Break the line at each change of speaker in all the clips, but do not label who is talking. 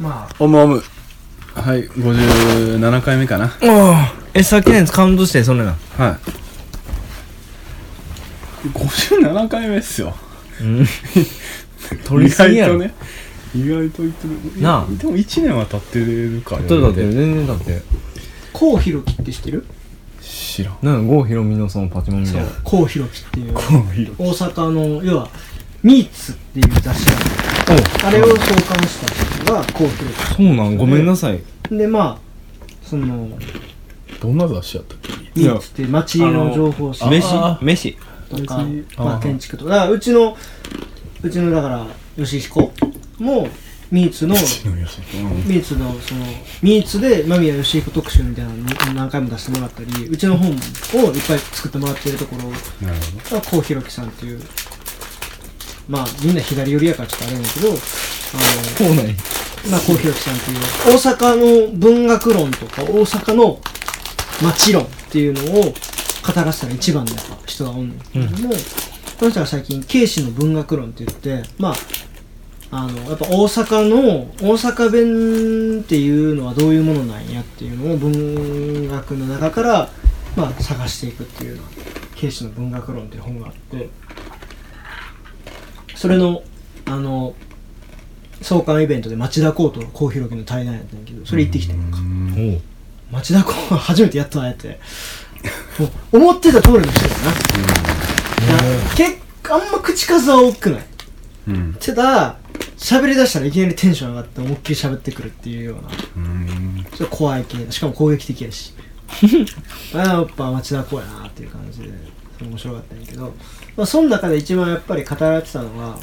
ま
オムオムはい57回目かな
ああえさっきのやつカウントしてそれな
はい57回目っすよ
うん取りすぎやろ
意外とね意外と言ってる
なあ
でも1年は経ってるからね
ちょっとだってる全然だって
コウヒロキって知ってる
知らん
なんか郷ひろみのそのパチモンみたいな
コウヒロキっていう
こういう
大阪の要はミーツっていう雑誌があるあれを創刊した人がコウヒロ
おそうなんごめんなさい
キでまあその
どんな雑誌やったっけ
い
ミ
や
ーツっていう街の情報誌
飯
あ
飯
とか
別に
ま
あ
あ、建築とかだからうちのうちのだから吉彦もミーツの
のよし
ミーツのそのミーツで間宮義彦特集みたいなのを何回も出してもらったりうちの本をいっぱい作ってもらってるところ
なる
がこうひろきさんっていうまあみんな左寄りやからちょっとあれやねんけどあの
そうなんや
まあこうひろきさんっていう大阪の文学論とか大阪の街論っていうのを語らせたら一番のやっぱ人がおんねんけども、この人が最近慶氏の文学論って言ってまああのやっぱ大阪の大阪弁っていうのはどういうものなんやっていうのを文学の中から、まあ、探していくっていうような慶氏の文学論っていう本があってそれのあの創刊イベントで町田公と幸広家の対談やったんやけどそれ行ってきてんか
おう
町田公は初めてやったなやってもう思ってた通りの人だな、な結構あんま口数は多くない
ほどうん
ただ喋り出したらいきなりテンション上がって思いっきり喋ってくるっていうようなち
うん
ょっと怖い系しかも攻撃的やし あーやっぱ町田公やなっていう感じで面白かったんやけど、まあ、その中で一番やっぱり語られてたのは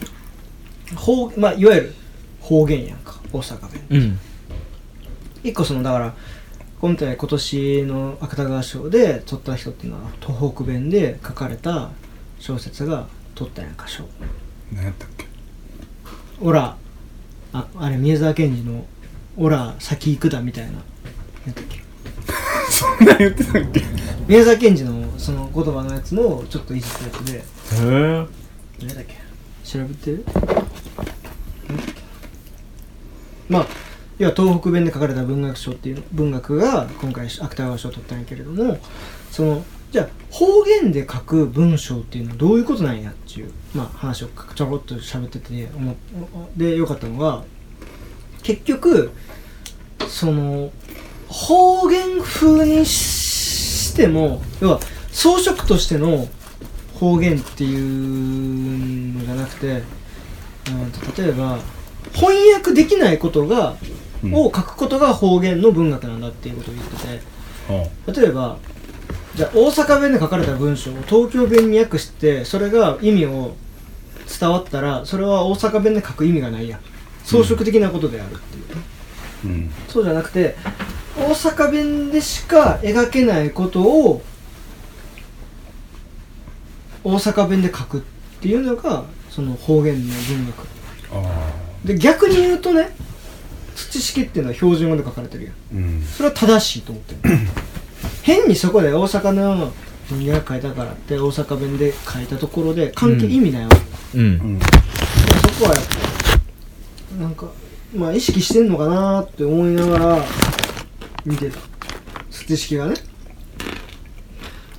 方、まあ、いわゆる方言やんか大阪弁
うん
一個そのだから今回今年の芥川賞で撮った人っていうのは東北弁で書かれた小説が撮ったやんか賞
何やったっけ
オラああれ宮沢賢治の「オラ先行くだ」みたいななんだっけ
そんな言ってたっけ
宮沢賢治のその言葉のやつのちょっといじったやつで
へ
何だっけ調べてるなんだっけまあ要は東北弁で書かれた文学賞っていう文学が今回芥川賞を取ったんやけれどもそのじゃあ方言で書く文章っていうのはどういうことなんやっていう、まあ、話をちょろっと喋ってて思っでよかったのが結局その方言風にししても要は装飾としての方言っていうのじゃなくて、うんと、例えば翻訳できないことが、
うん
を書くことが方言の文学なんだっていうことを言って
あ
て例えばじゃあ大阪弁で書かれた文章を東京弁に訳してそれが意味を伝わったらそれは大阪弁で書く意味がないやん装飾的なことであるっていう、
うん
そうじゃなくて大阪弁でしか描けないことを大阪弁で書くっていうのがその方言の文学
ああ
で逆に言うとね土式っていうのは標準語で書かれてるやん
うん
それは正しいと思ってる変にそこで大阪の人間が書いたからって大阪弁で書いたところで関係意味ないわけ、
う
うんん
そこはやっぱなんかまあ意識してんのかなーって思いながら見てた土式がね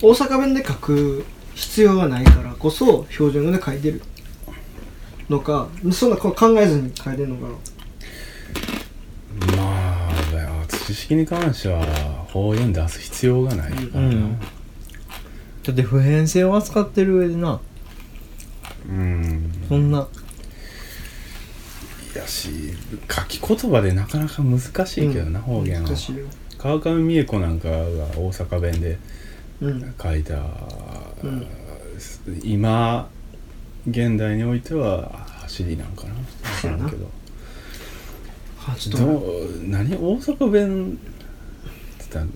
大阪弁で書く必要がないからこそ標準語で書いてるのかそんなこう考えずに書いてるのか
まあだよ知識に関しては方言出す必要がないからな
うんだって普遍性を扱ってる上でな
うん
そんない
やし書き言葉でなかなか難しいけどな、方言は
難しいよ、
川上美恵子なんかが大阪弁で
うん
書いた、
うん、
今現代においては走りなんかな
そうやな
分からん
あち
け
ょ
ど
っ
ど
と待
う何大阪弁って言ったら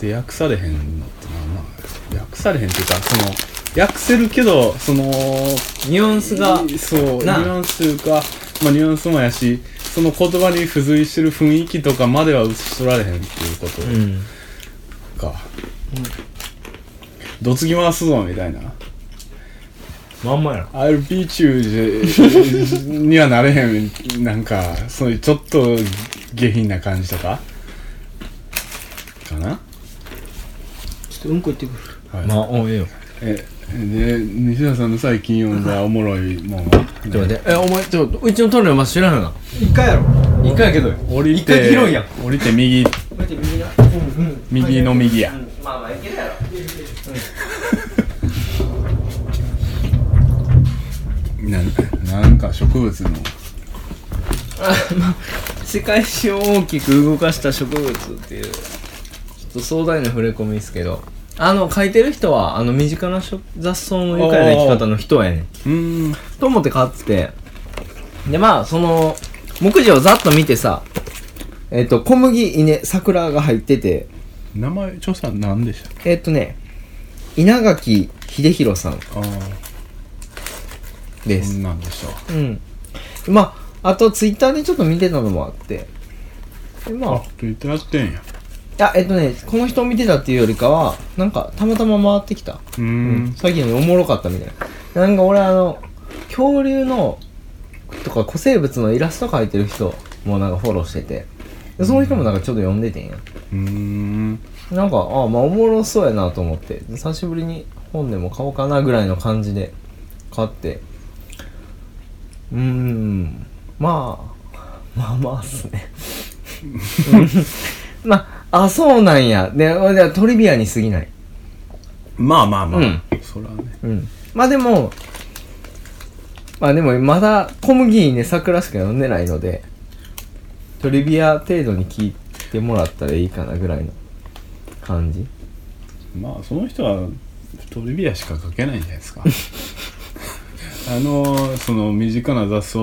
で訳されへんのってなまあ訳されへんっていうかその訳せるけどその
ニュアンスが
そうニ
なあ
ュアンスというか、まあ、ニュアンスもやしその言葉に付随してる雰囲気とかまでは打ち取られへんっていうこ
う
と
ん
か、
うん
どつぎ回すぞみたいな
まんまやろ
I'll beat you じゃ にはなれへんなんかそういうちょっと下品な感じとかかな、
ちょっとうんこ行ってくる
はい
まあおいよ
えで西田さんの最近読んだおもろいもんは
ちょっと待ってえお前ちょっとうちのトイレまず知らんよ
一回やろ一回やけどよ
降り
一回
て
切ろうや
降りて右
待って右だうんうん
右の右や
まあまあいけるやろ
ななんか植物の
な世界史を大きく動かした植物っていうちょっと壮大な触れ込みですけどあの書いてる人はあの身近な植雑草の愉快な生き方の人やねん
うーん
と思って買っててでまあその目次をざっと見てさえっ、と小麦稲桜が入ってて
名前著者何でしたっ
えっ、とね稲垣秀弘さん
けああ
で
そ
す
んなんでしょう
うんまああとツイッターでちょっと見てたのもあってでまあ
あと言ってやってんや
いやえっ、とねこの人を見てたっていうよりかはなんかたまたま回ってきた
うーん
最近おもろかったみたいななんか俺あの恐竜のとか古生物のイラスト描いてる人もなんかフォローしててでその人もなんかちょっと読んでてんや
うーん
なんかあまあおもろそうやなと思ってで久しぶりに本でも買おうかなぐらいの感じで買ってうーんまあまあまあっすねまああそうなんやででトリビアに過ぎない
まあまあまあ、
うん
そらね
うん、まあでもまあでもまだ小麦ね桜しか読んでないのでトリビア程度に聞いてもらったらいいかなぐらいの感じ
まあその人はトリビアしか書けないんじゃないですか あのその身近な雑草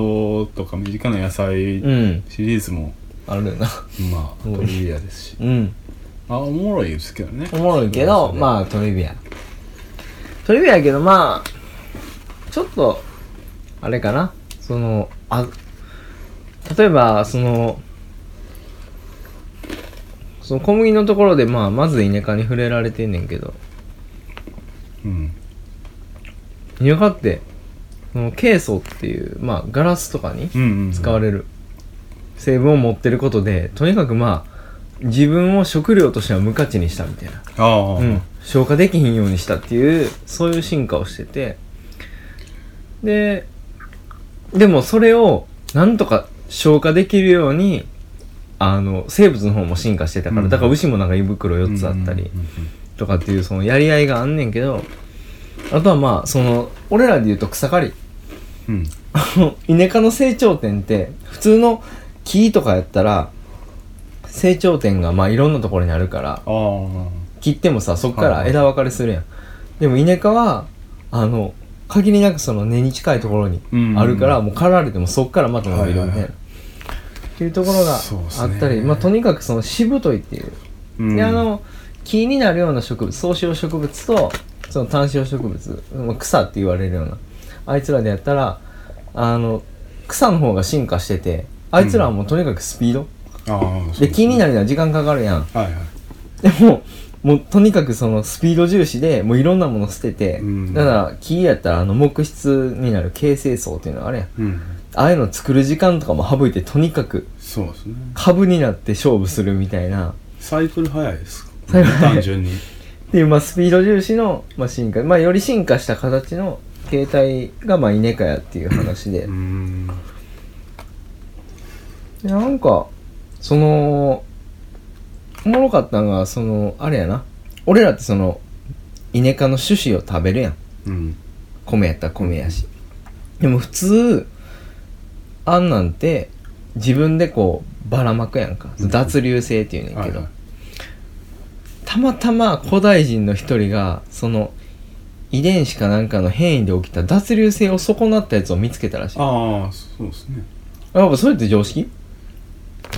とか身近な野菜
うん
シリーズも、
あるよな
まあ
うん
トリビアですし
うん
あおもろいですけどね
おもろいけどまあトリビアトリビアやけどまあちょっとあれかなそのあ例えばそのその小麦のところでまあまず稲科に触れられてんねんけど
うん
よかってそのケイ素っていう、まあ、ガラスとかに
うんうん、うん、
使われる成分を持ってることでとにかくまあ自分を食料としては無価値にしたみたいな、
ああ、
うん、消化できひんようにしたっていうそういう進化をしててででもそれをなんとか消化できるようにあの生物の方も進化してたから、
うん
だから牛もなんか胃袋4つあったり、
うんうんうん
とかっていうそのやり合いがあんねんけどあとはまあその俺らで言うと草刈り
うん
あの稲科の成長点って普通の木とかやったら成長点がまあいろんなところにあるから
あ
切ってもさそっか
はい
ら
はい
枝分かれするやんでも稲科はあの限りなくその根に近いところにあるから
うん
もう刈られてもそっからまた伸びるみ
はい
た
はい
い
は
ないっていうところが
そうっす
あ
ね
ったりまあとにかくそのしぶといっていう
あ、うん、
であの木になるような植物草子葉植物とその単子葉植物まあ草って言われるようなあいつらでやったらあの草の方が進化しててあいつらはもうとにかくスピード、
ああ
で木にな
る
るには時間かかるやん
はいはい
でももうとにかくそのスピード重視でもういろんなもの捨てて、
うん
だから木やったらあの木質になる形成層っていうのがあれや
う
ん
ん
ああいうの作る時間とかも省いてとにかく
そうですね
株になって勝負するみたいな
サイクル早いです
サイクル早い
単純に
っていう、まあ、スピード重視の、まあ、進化、まあ、より進化した形の携帯が、まあ、イネカやっていう話で
うー。ん
でなんか、その、おもろかったのが、その、あれやな。俺らってその、イネカの種子を食べるやん。
うん
米やったら米やし。でも普通、あんなんて、自分でこう、ばらまくやんか。脱流性っていうねん
は
け
い
ど。
はい
たまたま古代人の一人がその遺伝子かなんかの変異で起きた脱流性を損なったやつを見つけたらしいや
ああそうですね
っぱそれって常識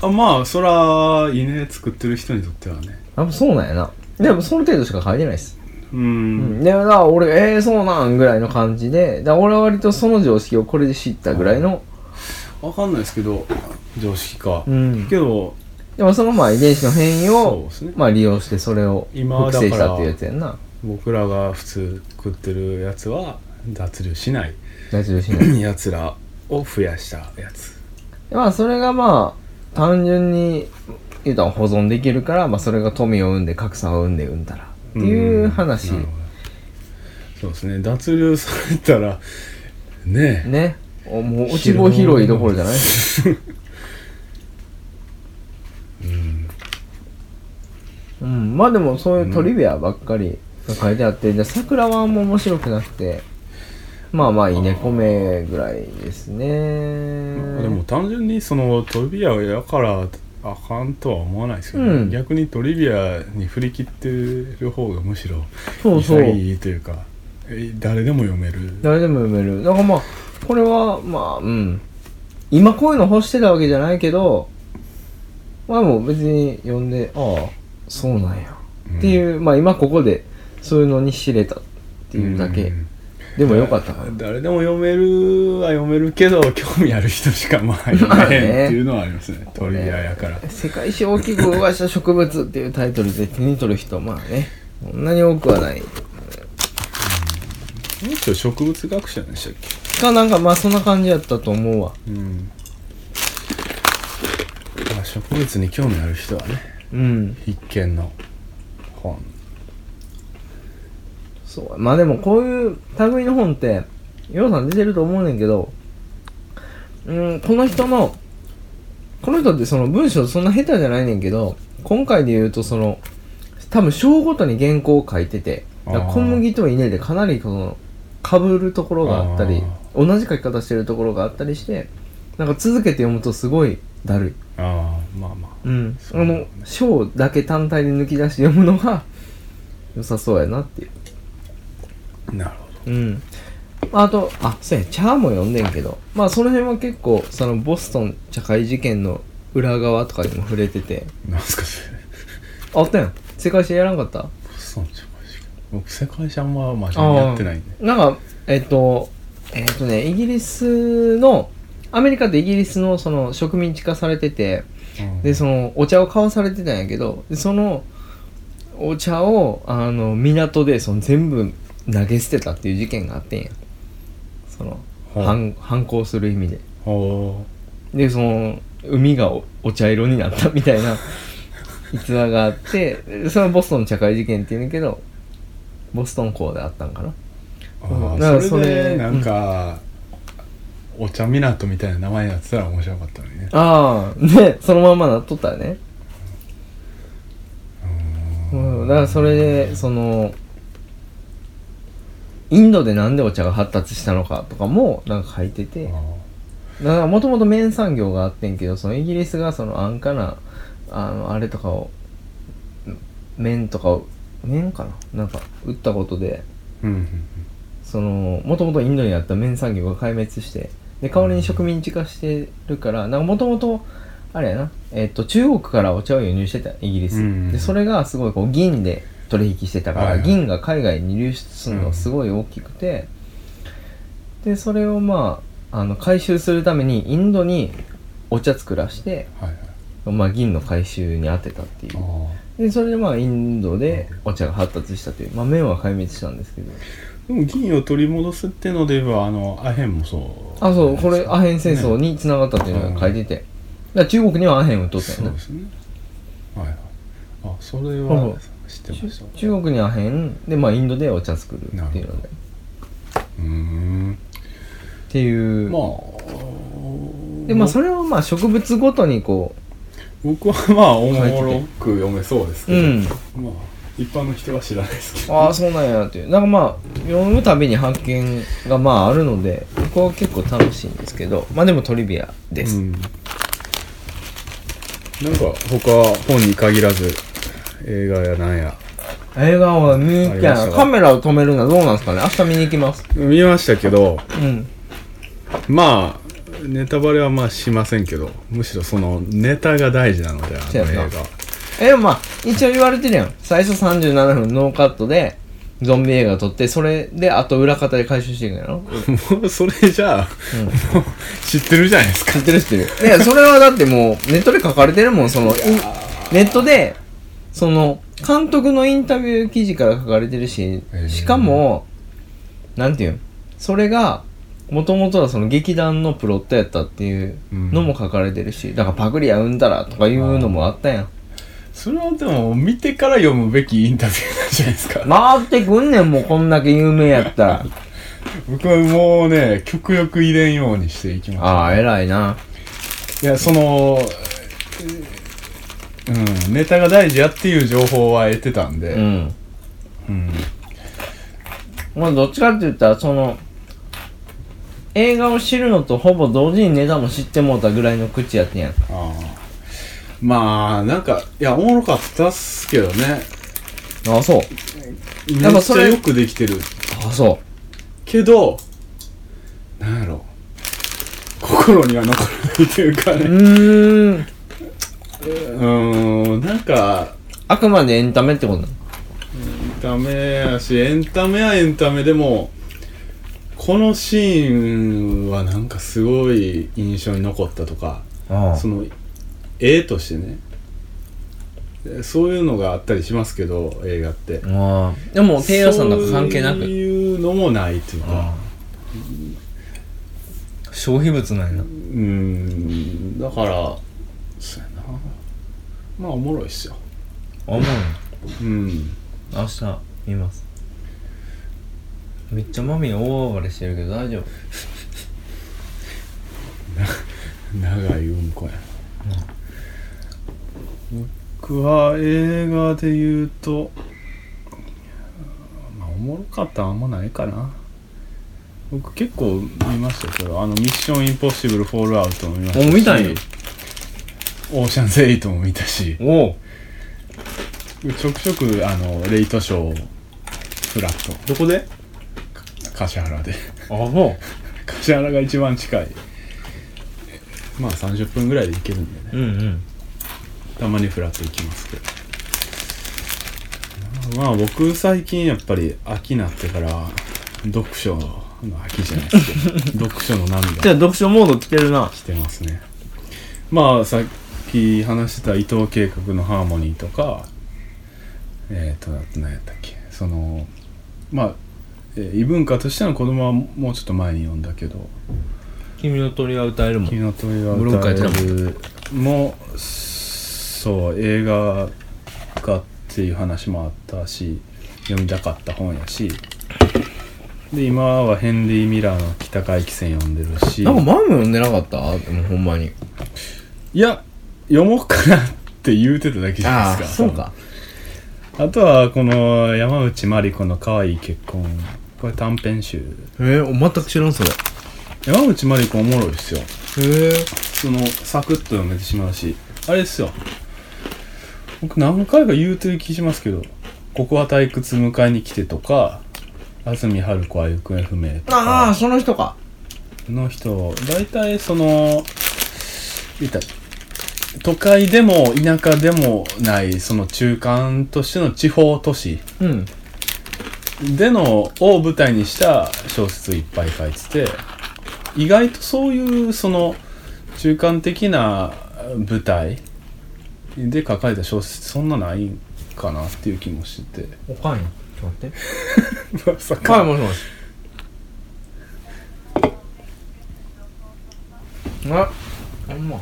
あまあそら稲作ってる人にとってはね
やっぱそうなんやなでもその程度しか書いてないっす、
う
うんん、でだから俺ええー、そうなんぐらいの感じでだから俺は割とその常識をこれで知ったぐらいの
わかんないですけど常識か、
うん
けど
でもそのまあ遺伝子の変異
そう
を
ですね
まあ利用してそれを
今だから
複製したっていうやつやんな
僕らが普通食ってるやつは脱流しない
大丈夫しない
やつらを増やしたやつ
まあそれがまあ単純に言うたら保存できるから、まあ、それが富を生んで格差を生んで生んだらっていうん話
なるほどそうですね脱流されたらねえ
ねおもう落ち穂拾いどころじゃないうん、まあでもそういうトリビアばっかりが書いてあって、じゃあ桜はあんま面白くなくてまあまあいいね米ぐらいですね
まあでも単純にそのトリビアやからあかんとは思わないですけど、ね
うん
逆にトリビアに振り切ってる方がむしろ
そうそう
潔いというかえ誰でも読める
誰でも読めるだからまあこれはまあうん今こういうの欲してたわけじゃないけどまあもう別に読んでああそうなんやっていう、まあ今ここでそういうのに知れたっていうだけ、
ん
でもよかったかな
誰でも読めるは読めるけど興味ある人しかまあい
ま
な
あ
い
ね
っていうのはありますねトリビアやから
「世界史を大きく動かした植物」っていうタイトルで手に取る人まあねそんなに多くはない
この人植物学者でしたっ
かなんかまあそんな感じやったと思うわ
けうんまあ植物に興味ある人はね
うん
必見の本
そうまあでもこういう類の本ってようさん出てると思うねんけどうんこの人のこの人ってその文章そんな下手じゃないねんけど今回で言うとその多分章ごとに原稿を書いててだから
あー
小麦と稲でかなりこのかぶるところがあったり同じ書き方してるところがあったりしてなんか続けて読むとすごいだるい
ああまあまあ
うん、
そう
あの章だけ単体で抜き出して読むのが良さそうやなっていう
なるほど
うんあとあそうやチャーも読んでんけどまあその辺は結構そのボストン茶会事件の裏側とかにも触れてて
なんすかそれ
ああったやん世界史やらんかった
そうなんですよマジで僕世界史あんま真面目にやってないんで
なんかえっとえっとねイギリスのアメリカとイギリスのその植民地化されてて
うん
でそのお茶を買わされてたんやけどでそのお茶をあの港でその全部投げ捨てたっていう事件があってんやその
はい
反反抗する意味で
ほ
でその海がおお茶色になったみたいな逸話があってでそれはボストン茶会事件って言うんだけどボストン港であったんかな
うあ
だから
あそ
それ
れでなんかお茶港みたいな名前やってたら面白かったのにね
ああねそのまんまなっとったよねうんだからそれでそのインドでなんでお茶が発達したのかとかもなんか書いてて
ああ
だからもともと綿産業があってんけどそのイギリスがその安価なあのあれとかを綿とかを綿かななんか売ったことで
うんうんうん
そのもともとインドにあった綿産業が壊滅してで代わりに植民地化してるからなんかもともとあれやな、えっと中国からお茶を輸入してたイギリス、
うん
でそれがすごいこう銀で取引してたから、
はいはい
銀が海外に流出するのがすごい大きくて、でそれをまああの回収するためにインドにお茶作らして、
はいはい
まあ、銀の回収に当てたってい
あ
う
あ
でそれでまあインドでお茶が発達したという、まあ、麺は壊滅したんですけど
でも銀を取り戻すってので言えばあのアヘンもそう
あそうこれアヘン戦
ね
争に繋がったというのが書いてて、だから中国にはアヘンを取った
そ
よ
う
ね
ですねはいはいあそれ
そ
は
う
知ってましたう
中国にアヘンで、まあ、インドでお茶作るっていうのでっ
ーん
ていう、
まあ
でまあそれをまあ植物ごとにこ
僕はまあおもろく読めそうです
う
け
う
ど、
ん
まあ一般の人は知らないですけど
ああそうなんやっていうなんかまあ読むたびに発見がまああるのでここは結構楽しいんですけどまあでもトリビアです、
うん、なんか他本に限らず映画やなんや
映画は見に行き
ありました
い
た
カメラを止めるのはどうなんですかね明日見に行きます
見ましたけど
うん
まあネタバレはまあしませんけどむしろそのネタが大事なのであ
そう
の
や
映
な
画
え、まあ、一応言われてるやん。最初37分ノーカットで、ゾンビ映画撮って、それで、あと裏方で回収していくんやろ
も うそれじゃあ、もう知ってるじゃないですか
知ってる知ってる。いや、それはだってもう、ネットで書かれてるもん、その、いネットで、その、監督のインタビュー記事から書かれてるし
へ、ー
しかも、なんていうんそれがもともとはその劇団のプロットやったっていうのも書かれてるし、だからパクリやうんだらとかいうのもあったやん
それはでも見てから読むべきインタビューなんじゃないですか
回ってくんねんもうこんだけ有名やったら
僕はもうね極力入れんようにしていきました
ああ偉いない
やそのうんネタが大事やっていう情報は得てたんで、
うん
うん
まあどっちかって言ったらその映画を知るのとほぼ同時にネタも知ってもうたぐらいの口やってんやん
ああまあなんかいやおもろかったっすけどね
ああそう
め
やっぱ
っ
そ
ちゃ
れ
よくできてる
ああそ
けどなんやろ心には残らないというか
う
ね
うーん
うーんなんか
あくまでエンタメってことなの
エンタメやしエンタメはエンタメでもこのシーンはなんかすごい印象に残ったとか
あ
その絵としてねでそういうのがあったりしますけど映画って
ああでも低予算なんか関係な
そう
く
いうのもないというか
ああ消費物なんやな
うんだからそうやなまあおもろいっすよ
あもう
うん
明日見ますめっちゃマミー大暴れしてるけど大丈夫
長いうんこや僕は映画で言うとまあおもろかったんあんまないかな僕結構見ましたけどあの「ミッションインポッシブル・フォールアウト」も見ましたし
お見たんや
オーシャンズエイトも見たし
おお
ちょくちょくあのレイトショーフラット
どこで
橿原で
あも
橿原が一番近いまあ30分ぐらいで行けるんでね
ううんうん
たまにフラッと行きますけどまあ僕最近やっぱり秋になってから読書の秋じゃないですけ ど読書の波
じゃ
が
あ読書モード来てるな
来てますねまあさっき話してた伊藤計画のハーモニーとかえっ、ー、とあと何やったっけそのまあ、えー異文化としての子供はもうちょっと前に読んだけど
君の鳥は歌えるも
君の問いは
ブログ書いてたも
歌えるもそう映画化っていう話もあったし読みたかった本やしで今はヘンリー・ミラーの「北回帰線」読んでるし
なんかマミー読んでなかったでもほんまに
いや読もうかなって言うてただけじゃないですか
そうか
あとはこの山内まりこの「可愛い結婚」これ短編集
えー、全く知らんそれ
山内まりこおもろいっすよ
へえ
そのサクッと読めてしまうしあれですよ僕何回か言うてる気しますけど「ここは退屈迎えに来て」とか「安住春子は行方不明」と
ああ
か
その人か
の人大体その言ったら都会でも田舎でもないその中間としての地方都市
うん
でのを舞台にした小説をいっぱい書いてて意外とそういうその中間的な舞台で書かれた小説そんなないんかなっていう気もしてて
おかんやちょっと待って
まさ
はいもしもしあほんま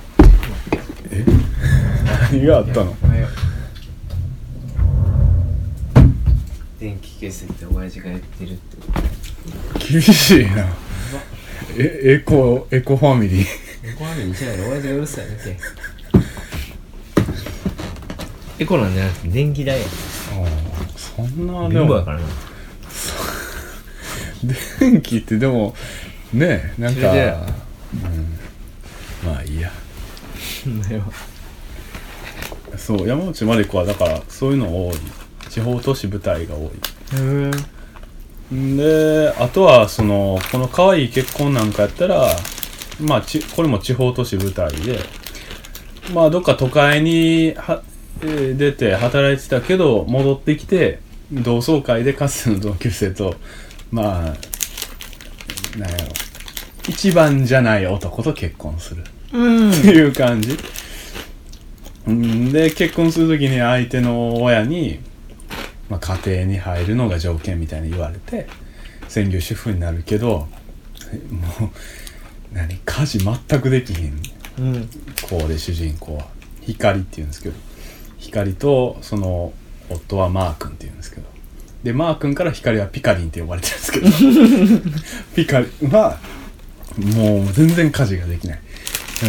何があったの
電気消せって親父が言ってるって
厳しいなえエコエコファミリー
エコラにしないで親父がうるさいてエコなんじゃなくて電気代や
そんなで
貧乏や
も
からな
電気ってでもねえなん
それ
か、
で
うん、まあいいや
だよ
そう山内まりこはだからそういうの多い地方都市舞台が多
へ
いんであとはそのこの可愛い結婚なんかやったらまあちこれも地方都市舞台でまあどっか都会には、えー出て働いてたけど戻ってきて同窓会でかつての同級生とまあなんやろ一番じゃない男と結婚する
うん
っていう感じ。うんで、結婚するときに相手の親に、まあ、家庭に入るのが条件みたいに言われて、専業主婦になるけどもう何家事全くできへん
うん
子で主人公は光っていうんですけど光とその夫はマー君っていうんですけどでマー君から光はピカリンって呼ばれてるんですけど ピカリンはもう全然家事ができない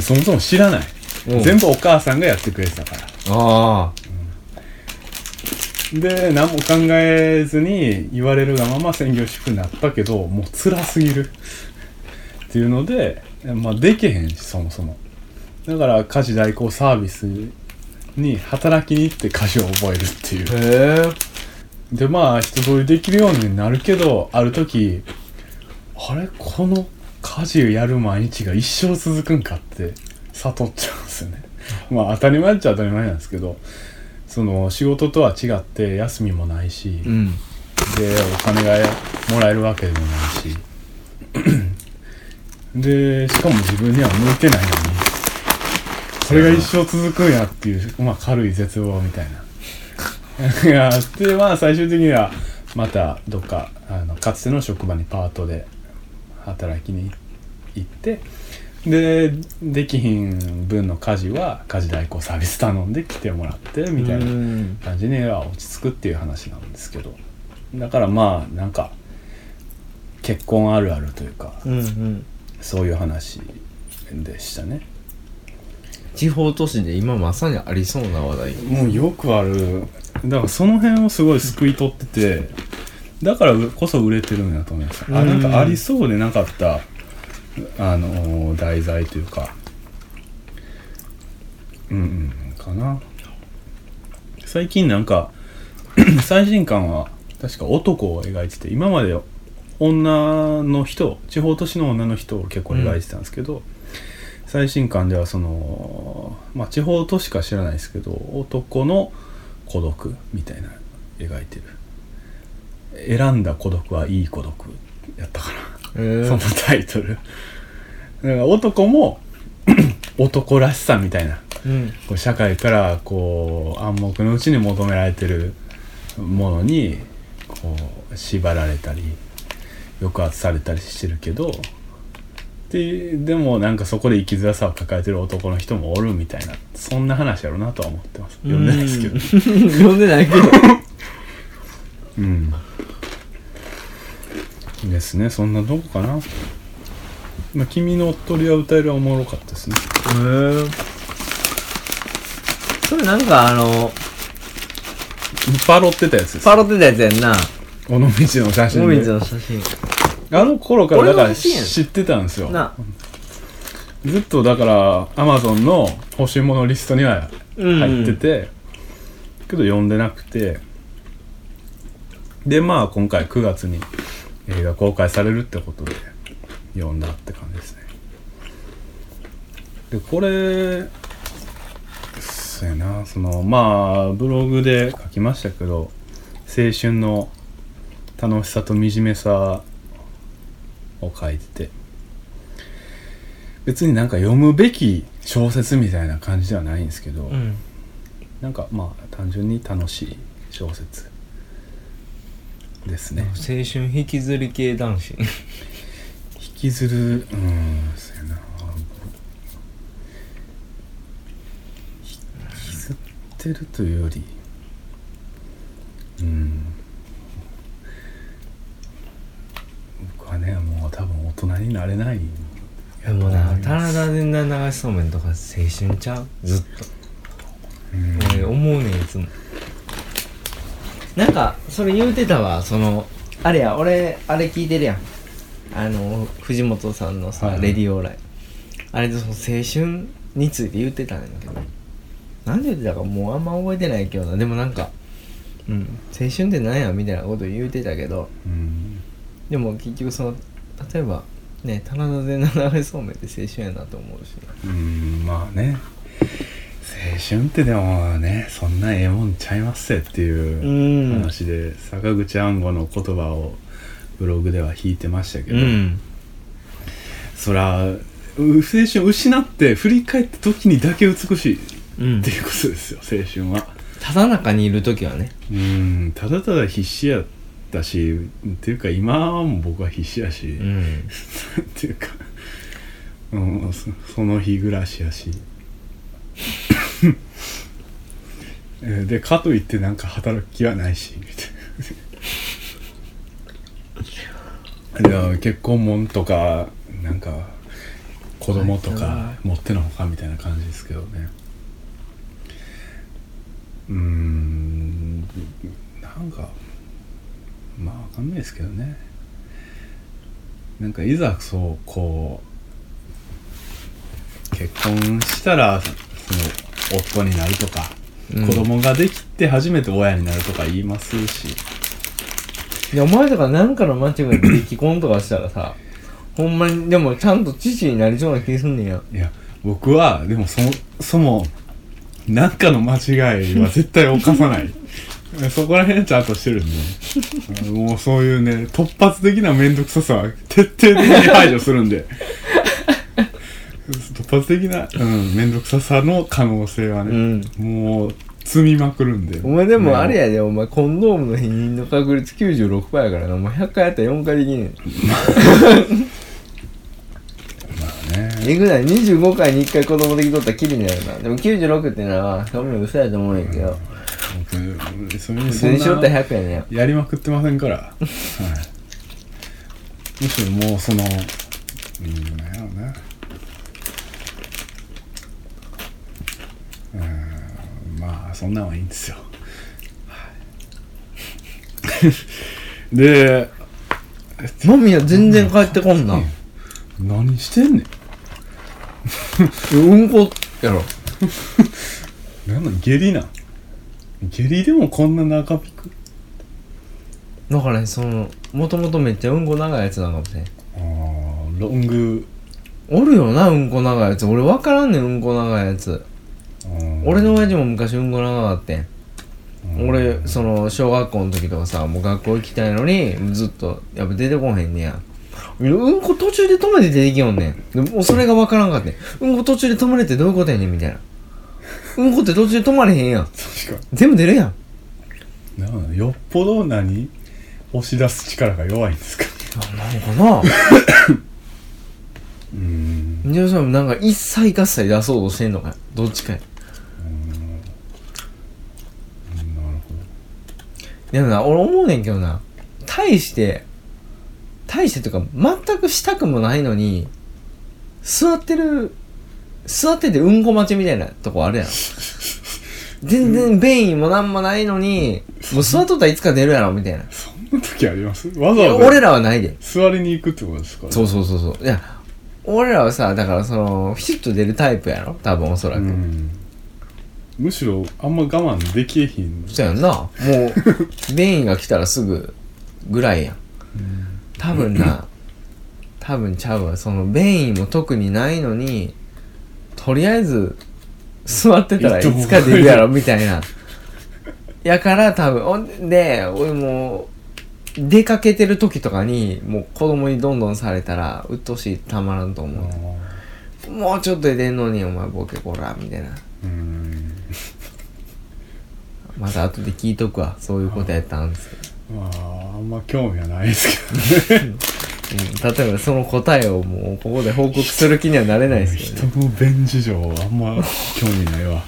そもそも知らない
うん
全部お母さんがやってくれてたから
あ
で何も考えずに言われるがまま専業主婦になったけどもう辛すぎるっていうので、まあ、できへんしそもそもだから家事代行サービスに働きに行って家事を覚えるってい
あ
う
へえ
でまあ一通りできるようになるけどある時あれこの家事をやる毎日が一生続くんかって悟っちゃうんですよねまあ当たり前っちゃ当たり前なんですけどその仕事とは違って休みもないし、
うん
でお金がもらえるわけでもないし でしかも自分には向いてないのにそれが一生続くんやっていう、まあ、軽い絶望みたいな いやでまあ最終的にはまたどっかあのかつての職場にパートで働きに行ってでできひん分の家事は家事代行サービス頼んで来てもらってみたいな
うん
感じには落ち着くっていう話なんですけどだからまあなんか結婚あるあるというか
うんうん
そういう話でしたね
地方都市で今まさにありそうな話題
もうよくあるだからその辺をすごい救い取っててだからこそ売れてるんだと思いますあなんかありそうでなかったあの題材というかうんうんかな最近なんか 最新刊は確か男を描いてて今まで女の人地方都市の女の人を結構描いてたんですけど、最新刊ではその、まあ、地方都市か知らないですけど男の孤独みたいな描いてる選んだ孤独はいい孤独やったか
え
な、その
ー、
タイトルだから男も 男らしさみたいな
うん
こう社会からこう暗黙のうちに求められてるものにこう縛られたり抑圧されたりしてるけどででもなんかそこで生きづらさを抱えてる男の人もおるみたいなそんな話やろうなとは思ってます読んでないです けど
読んでないけど
うんですねそんなとこかな、まあ、君の鳥は歌えるはおもろかったですね
へえそれなんかあの
パロってたやつです
パロってたやつやんな
尾道の写真
もみじ
で
の写真
あの頃からだか
俺
ら
も欲しいやん
知ってたんですよ
な
ずっとだからアマゾンの欲しいものリストには入ってて、けど読んでなくてでまあ今回9月に映画公開されるってことで読んだって感じですねでこれそうやなそのまあブログで書きましたけど青春の楽しさと惨めさを書いてて別になんか読むべき小説みたいな感じではないんですけど、
うん
なんかまあ単純に楽しい小説ですね
青春引きずり系男子
引きずるうんそうやな引きずってるというよりうん僕はねもう多分大人になれない
で
やと
もな
思います
棚田で流しそうめんとか青春ちゃうずっと
うん
俺思うねんいつもなんかそれ言うてたわそのあれや俺あれ聞いてるやんあの藤本さんのさ、
はいはい
レディオーライあれでその青春について言ってたんだけどなんで言ってたかもうあんま覚えてないけどなでもなんか、うん、青春ってなんやみたいなこと言うてたけど
うん
でも結局その例えばね棚田で流れそうめんって青春やなと思うし
うんまあね青春ってでもねそんなええもんちゃいますせっていう
うん
話で、坂口安吾の言葉をブログでは引いてましたけ
う
ど、
ん
そらう青春失って振り返った時にだけ美しいっ
うん
ていうことですよ青春は
ただ中にいる時はね
うんただただ必死やっったしっていうか今はもう僕は必死やし、
う
っ
ん
ていうか、うん、そその日暮らしやし えでかといってなんか働く気はないしみたいないや結婚もんとかなんか子供とか持ってのほかみたいな感じですけどねうーんなんかまあわかんないですけどねなんかいざそうこう結婚したらその夫になるとか、
うん
子供ができて初めて親になるとか言いますし
いやお前とかなんかの間違いで離婚とかしたらさほんまにでもちゃんと父になりそうな気すんねんや
いや僕はでもそもそも何かの間違いは絶対犯さない そこら辺ちゃんとしてるんで もうそういうね突発的な面倒くささは徹底的に排除するんで 突発的なうん面倒、くささの可能性は
う
ね、
ん
もう積みまくるんで
お前でもあれやでお前コンドームの否認の確率96%やからなお前100回やったら4回できんねん
ね
えぐない25回に1回子供できとったらきりになるなでも96ってのは表面嘘やと思うねんけど
僕それに
普
そ
通
ん
にしよった
な
ら100やねん
やりまくってませんから、はい、むしろもうそのうんなんやろうなうんまあそんなんはいいんですよはいで
マミヤ全然帰ってこんな
うん何してんね
うんこやろ
んなんなん下痢なん下痢でもこんな中ピク
だからねそのもともとめっちゃうんこ長いやつなんかもしれん
あーロング
おるよなうんこ長いやつ俺分からんねんうんこ長いやつ俺の親父も昔うんこ長かってん俺その小学校の時とかさもう学校行きたいのにずっとやっぱ出てこへんねやうんこ途中で止めて出てきよんねんでもうそれが分からんかってんうんこ途中で止まれってどういうことやねんみたいなうんこって途中で止まれへんやん
確かに
全部出るやん
なんかよっぽど何押し出す力が弱いんですか
なんか
うーん
なでそれもなんか一切合切出そうとしてんのかどっちかや
なるほ
でもな俺思うねんけどな大して大してというか全くしたくもないのに座ってる座っててうんこ待ちみたいなとこ あるやろ全然便意もなんもないのにもう座っとったらいつか出るやろみたいな
どそんな時ありますわざ
いや
わ
俺
ざ
らはないで
座りに行くってことですか
そううそうそうそういや俺らはさだからそのフィシッと出るタイプやろ多分おそらく、
んむしろあんま我慢できえひん
そうやんなもう便意が来たらすぐぐらいやん多分な多分ちゃうわその便意も特にないのにとりあえず座ってたらいつか出るやろみたいなやから多分ほんで俺もう出かけてる時とかにもう子供にどんどんされたら鬱陶しいたまらんと
あ
思
ー
うもうちょっとで出んのにお前ボケこらみたいな
うーん
また後で聞いとくわそういうことやったんですけど
まああんま興味はないですけど
うん例えばその答えをもうここで報告する気にはなれないですけど、
人
ね、
の便事情はあんま興味ないわ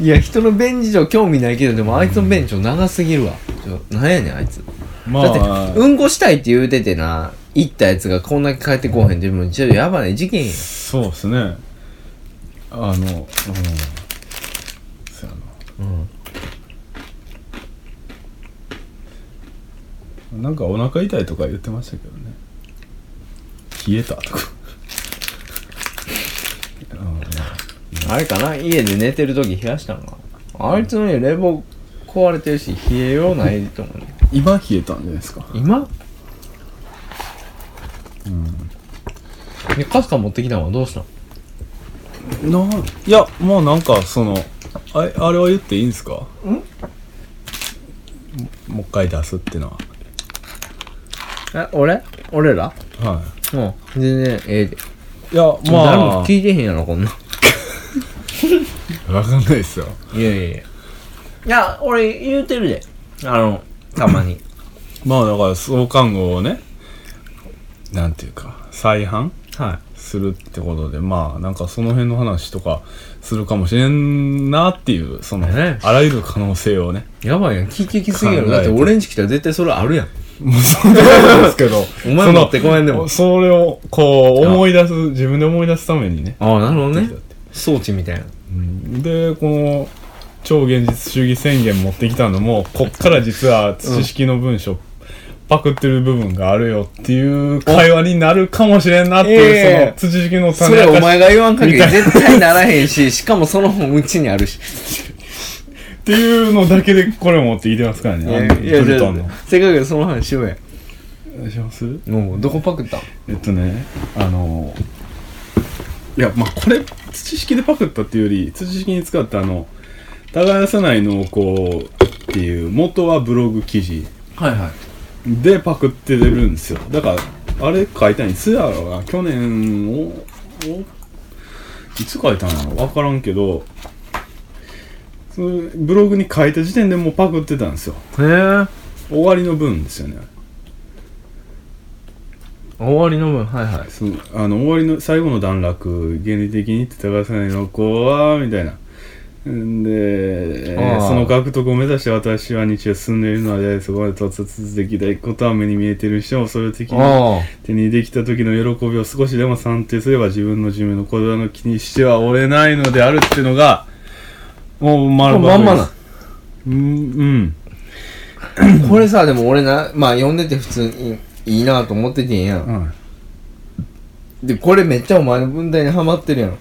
いや人の便事情興味ないけどでもあいつの便事情長すぎるわちょなんやねんあいつ
ま
だ
あ
ってうんこしたいって言うててな行ったやつがこんだけ帰ってこうへん自分ちょっとやばない事件や
そうですねあのうんそうやな
うん
なんかお腹痛いとか言ってましたけどね冷えたとか
あれかな家で寝てる時冷やしたんかあいつの家冷房壊れてるし冷えようないと思うね
今冷えたんじゃないですか
今うんでカスカ持ってきたのはどうしたの
ないやもうなんかそのあれあれは言っていいんですかんもう一回出すってのは
え俺俺ら
は
もう全然ええで
いいや
まあ誰
まあ
も聞いてへんやろこんな
わかんないですよ
いやいやいやいや俺言うてるであのたまに
まあだから創刊号をねなんていうか再販
は
するってことでまあなんかその辺の話とかするかもしれんなっていうその、
ね
あらゆる可能性をね
い。やばいやん。聞きすぎやろ。
考え
だってて俺んち来たら絶対それあるやん。
もうそんなことですけ ど
お前持ってこへんで
そ
も
の。それをこう思い出す自分で思い出すためにね
ああ、なるほどね
だっ。て
装置みたいな。
うんでこの超現実主義宣言持ってきたのもこっから実は知識の文章、パクってる部分があるよっていう会話になるかもしれんなって いう、
ええ
その知識の
そ
種
れ
明
お
かし
前が言わん限り絶対ならへんし、しかもその本うちにあ るし。
っていうのだけでこれ持ってきてますからね
いや
あの
いや、
ブ
じ
ル
ゃ
トンの
あせっかくやからその話しようや。
お願いします
もう、どこパクったん
えっとねあのいやまあこれ土式でパクったっていうより土式に使ったあの耕さない農耕っていう元はブログ記事
はいはい。
でパクって出るんですよだからあれ書いたんいつやろうな去年ををいつ書いたんやろ分からんけどそのブログに書いた時点でもうパクってたんですよ
へえ。
終わりの分ですよね
終わりの分、はいはい。
そのあの終わりの最後の段落原理的にって高橋さんの子はみたいなんで、えー
あー
その獲得を目指して私は日夜進んでいるのでそこまで突出できないことは目に見えている人もそれを的に
ああ。
手にできた時の喜びを少しでも算定すれば自分の寿命のこれらの気にしては折れないのであるっていうのがもうま
まんまな。
うんうん
これさ、でも俺な、まあ読んでて普通にいいなと思っててんやん。
うん
で、これめっちゃお前の文体にハマってるやん。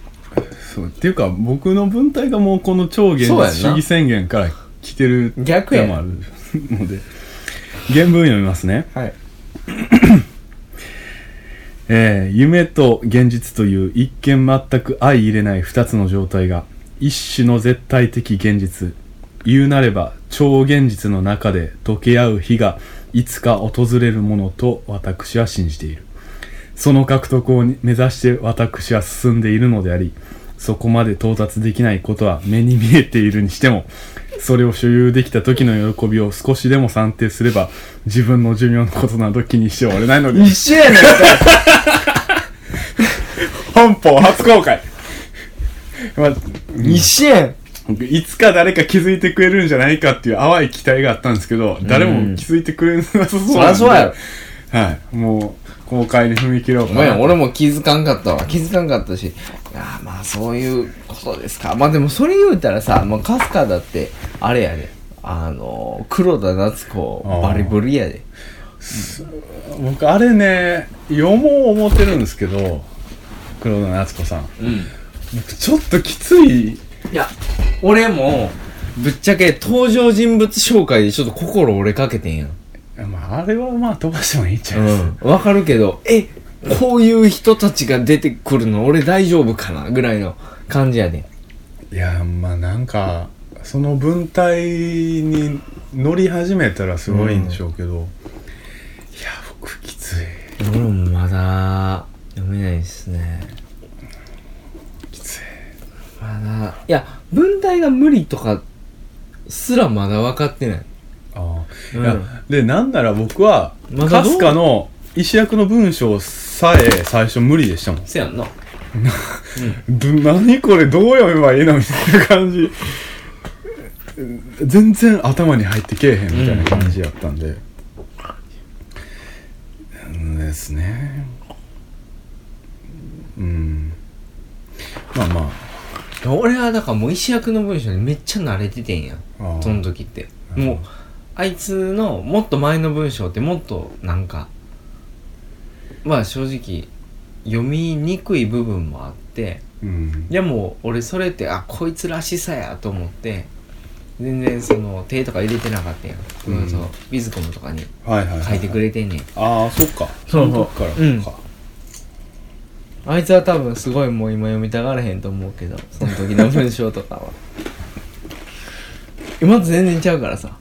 そうっていうか僕の文体がもうこの超現実主義宣言から来てる
逆や
でもあるので原文読みますね
はい。
えー夢と現実という一見全く相入れない二つの状態が一種の絶対的現実言うなれば超現実の中で溶け合う日がいつか訪れるものと私は信じているその獲得を目指して私は進んでいるのでありそこまで到達できないことは目に見えているにしてもそれを所有できた時の喜びを少しでも算定すれば自分の寿命のことなど気にしてはおれないので
一緒やねんか
本邦初公開、まあ、
い一緒やん
いつか誰か気づいてくれるんじゃないかっていう淡い期待があったんですけど誰も気づいてくれなさそう
そ
な
ら
んで
そうやろ。
はいもう公開に踏み切ろう
お
か
前
な
俺も気づかんかったわ。気づかんかったし。いやーまあそういうことですか。まあでもそれ言うたらさ、もうカスカだって、あれやで。あのー、黒田夏子
あー
バリブリやで。
僕あれね読もう思ってるんですけど黒田夏子さん
うん。
僕ちょっときつい
いや、俺も、ぶっちゃけ登場人物紹介でちょっと心折れかけてんやん。
まああれはまあ飛ばしてもいいんちゃいます、
うん。わかるけど、え、こういう人たちが出てくるの俺大丈夫かなぐらいの感じやで。
いやまあなんかその文体に乗り始めたらすごいんでしょうけど、いや僕きつい
俺もまだ、読めないですね。
きつ
まだ、いや、文体が無理とか、すらまだ分かってない。
ああ、
うん
いやでなんなら僕は
まだ
か
どう
すかの石役の文章さえ最初無理でしたもん
せやんな。
ど何これどう読めばいいのみたいな感じ全然頭に入ってけえへんみたいな感じやったんで、うんですねうんまあま
俺はだからもう石役の文章にめっちゃ慣れててんやん。
ああ
その時って。
あ
もう、あいつのもっと前の文章ってもっとなんか、まあ正直、読みにくい部分もあって、
うん
でも俺それってあこいつらしさやと思って全然その手とか入れてなかったやん、
うん
そうウィズコムとかに
はいはい、はい、
書いてくれてんねん、
ああそっか
そうそう
の時からか、
うん あいつは多分すごいもう今読みたがらへんと思うけどその時の文章とかは 今と全然ちゃうからさ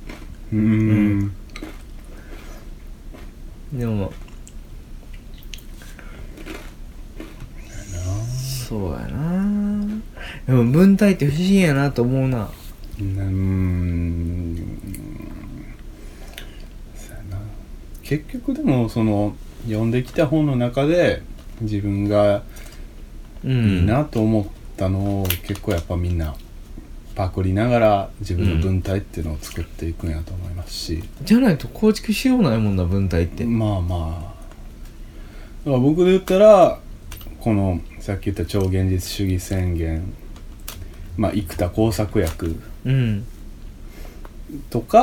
うん
でもそうやなでも文体って不思議やなと思うな
うーんそうやな結局でもその読んできた本の中で自分が
う
いい
ん
なと思ったのを結構やっぱみんなパクりながら自分の文体っていうのを作っていくんやと思いますし、
じゃないと構築しようないもんな文体って
まあまあだから僕で言ったらこのさっき言った超現実主義宣言まあ生田耕作役
うん
とか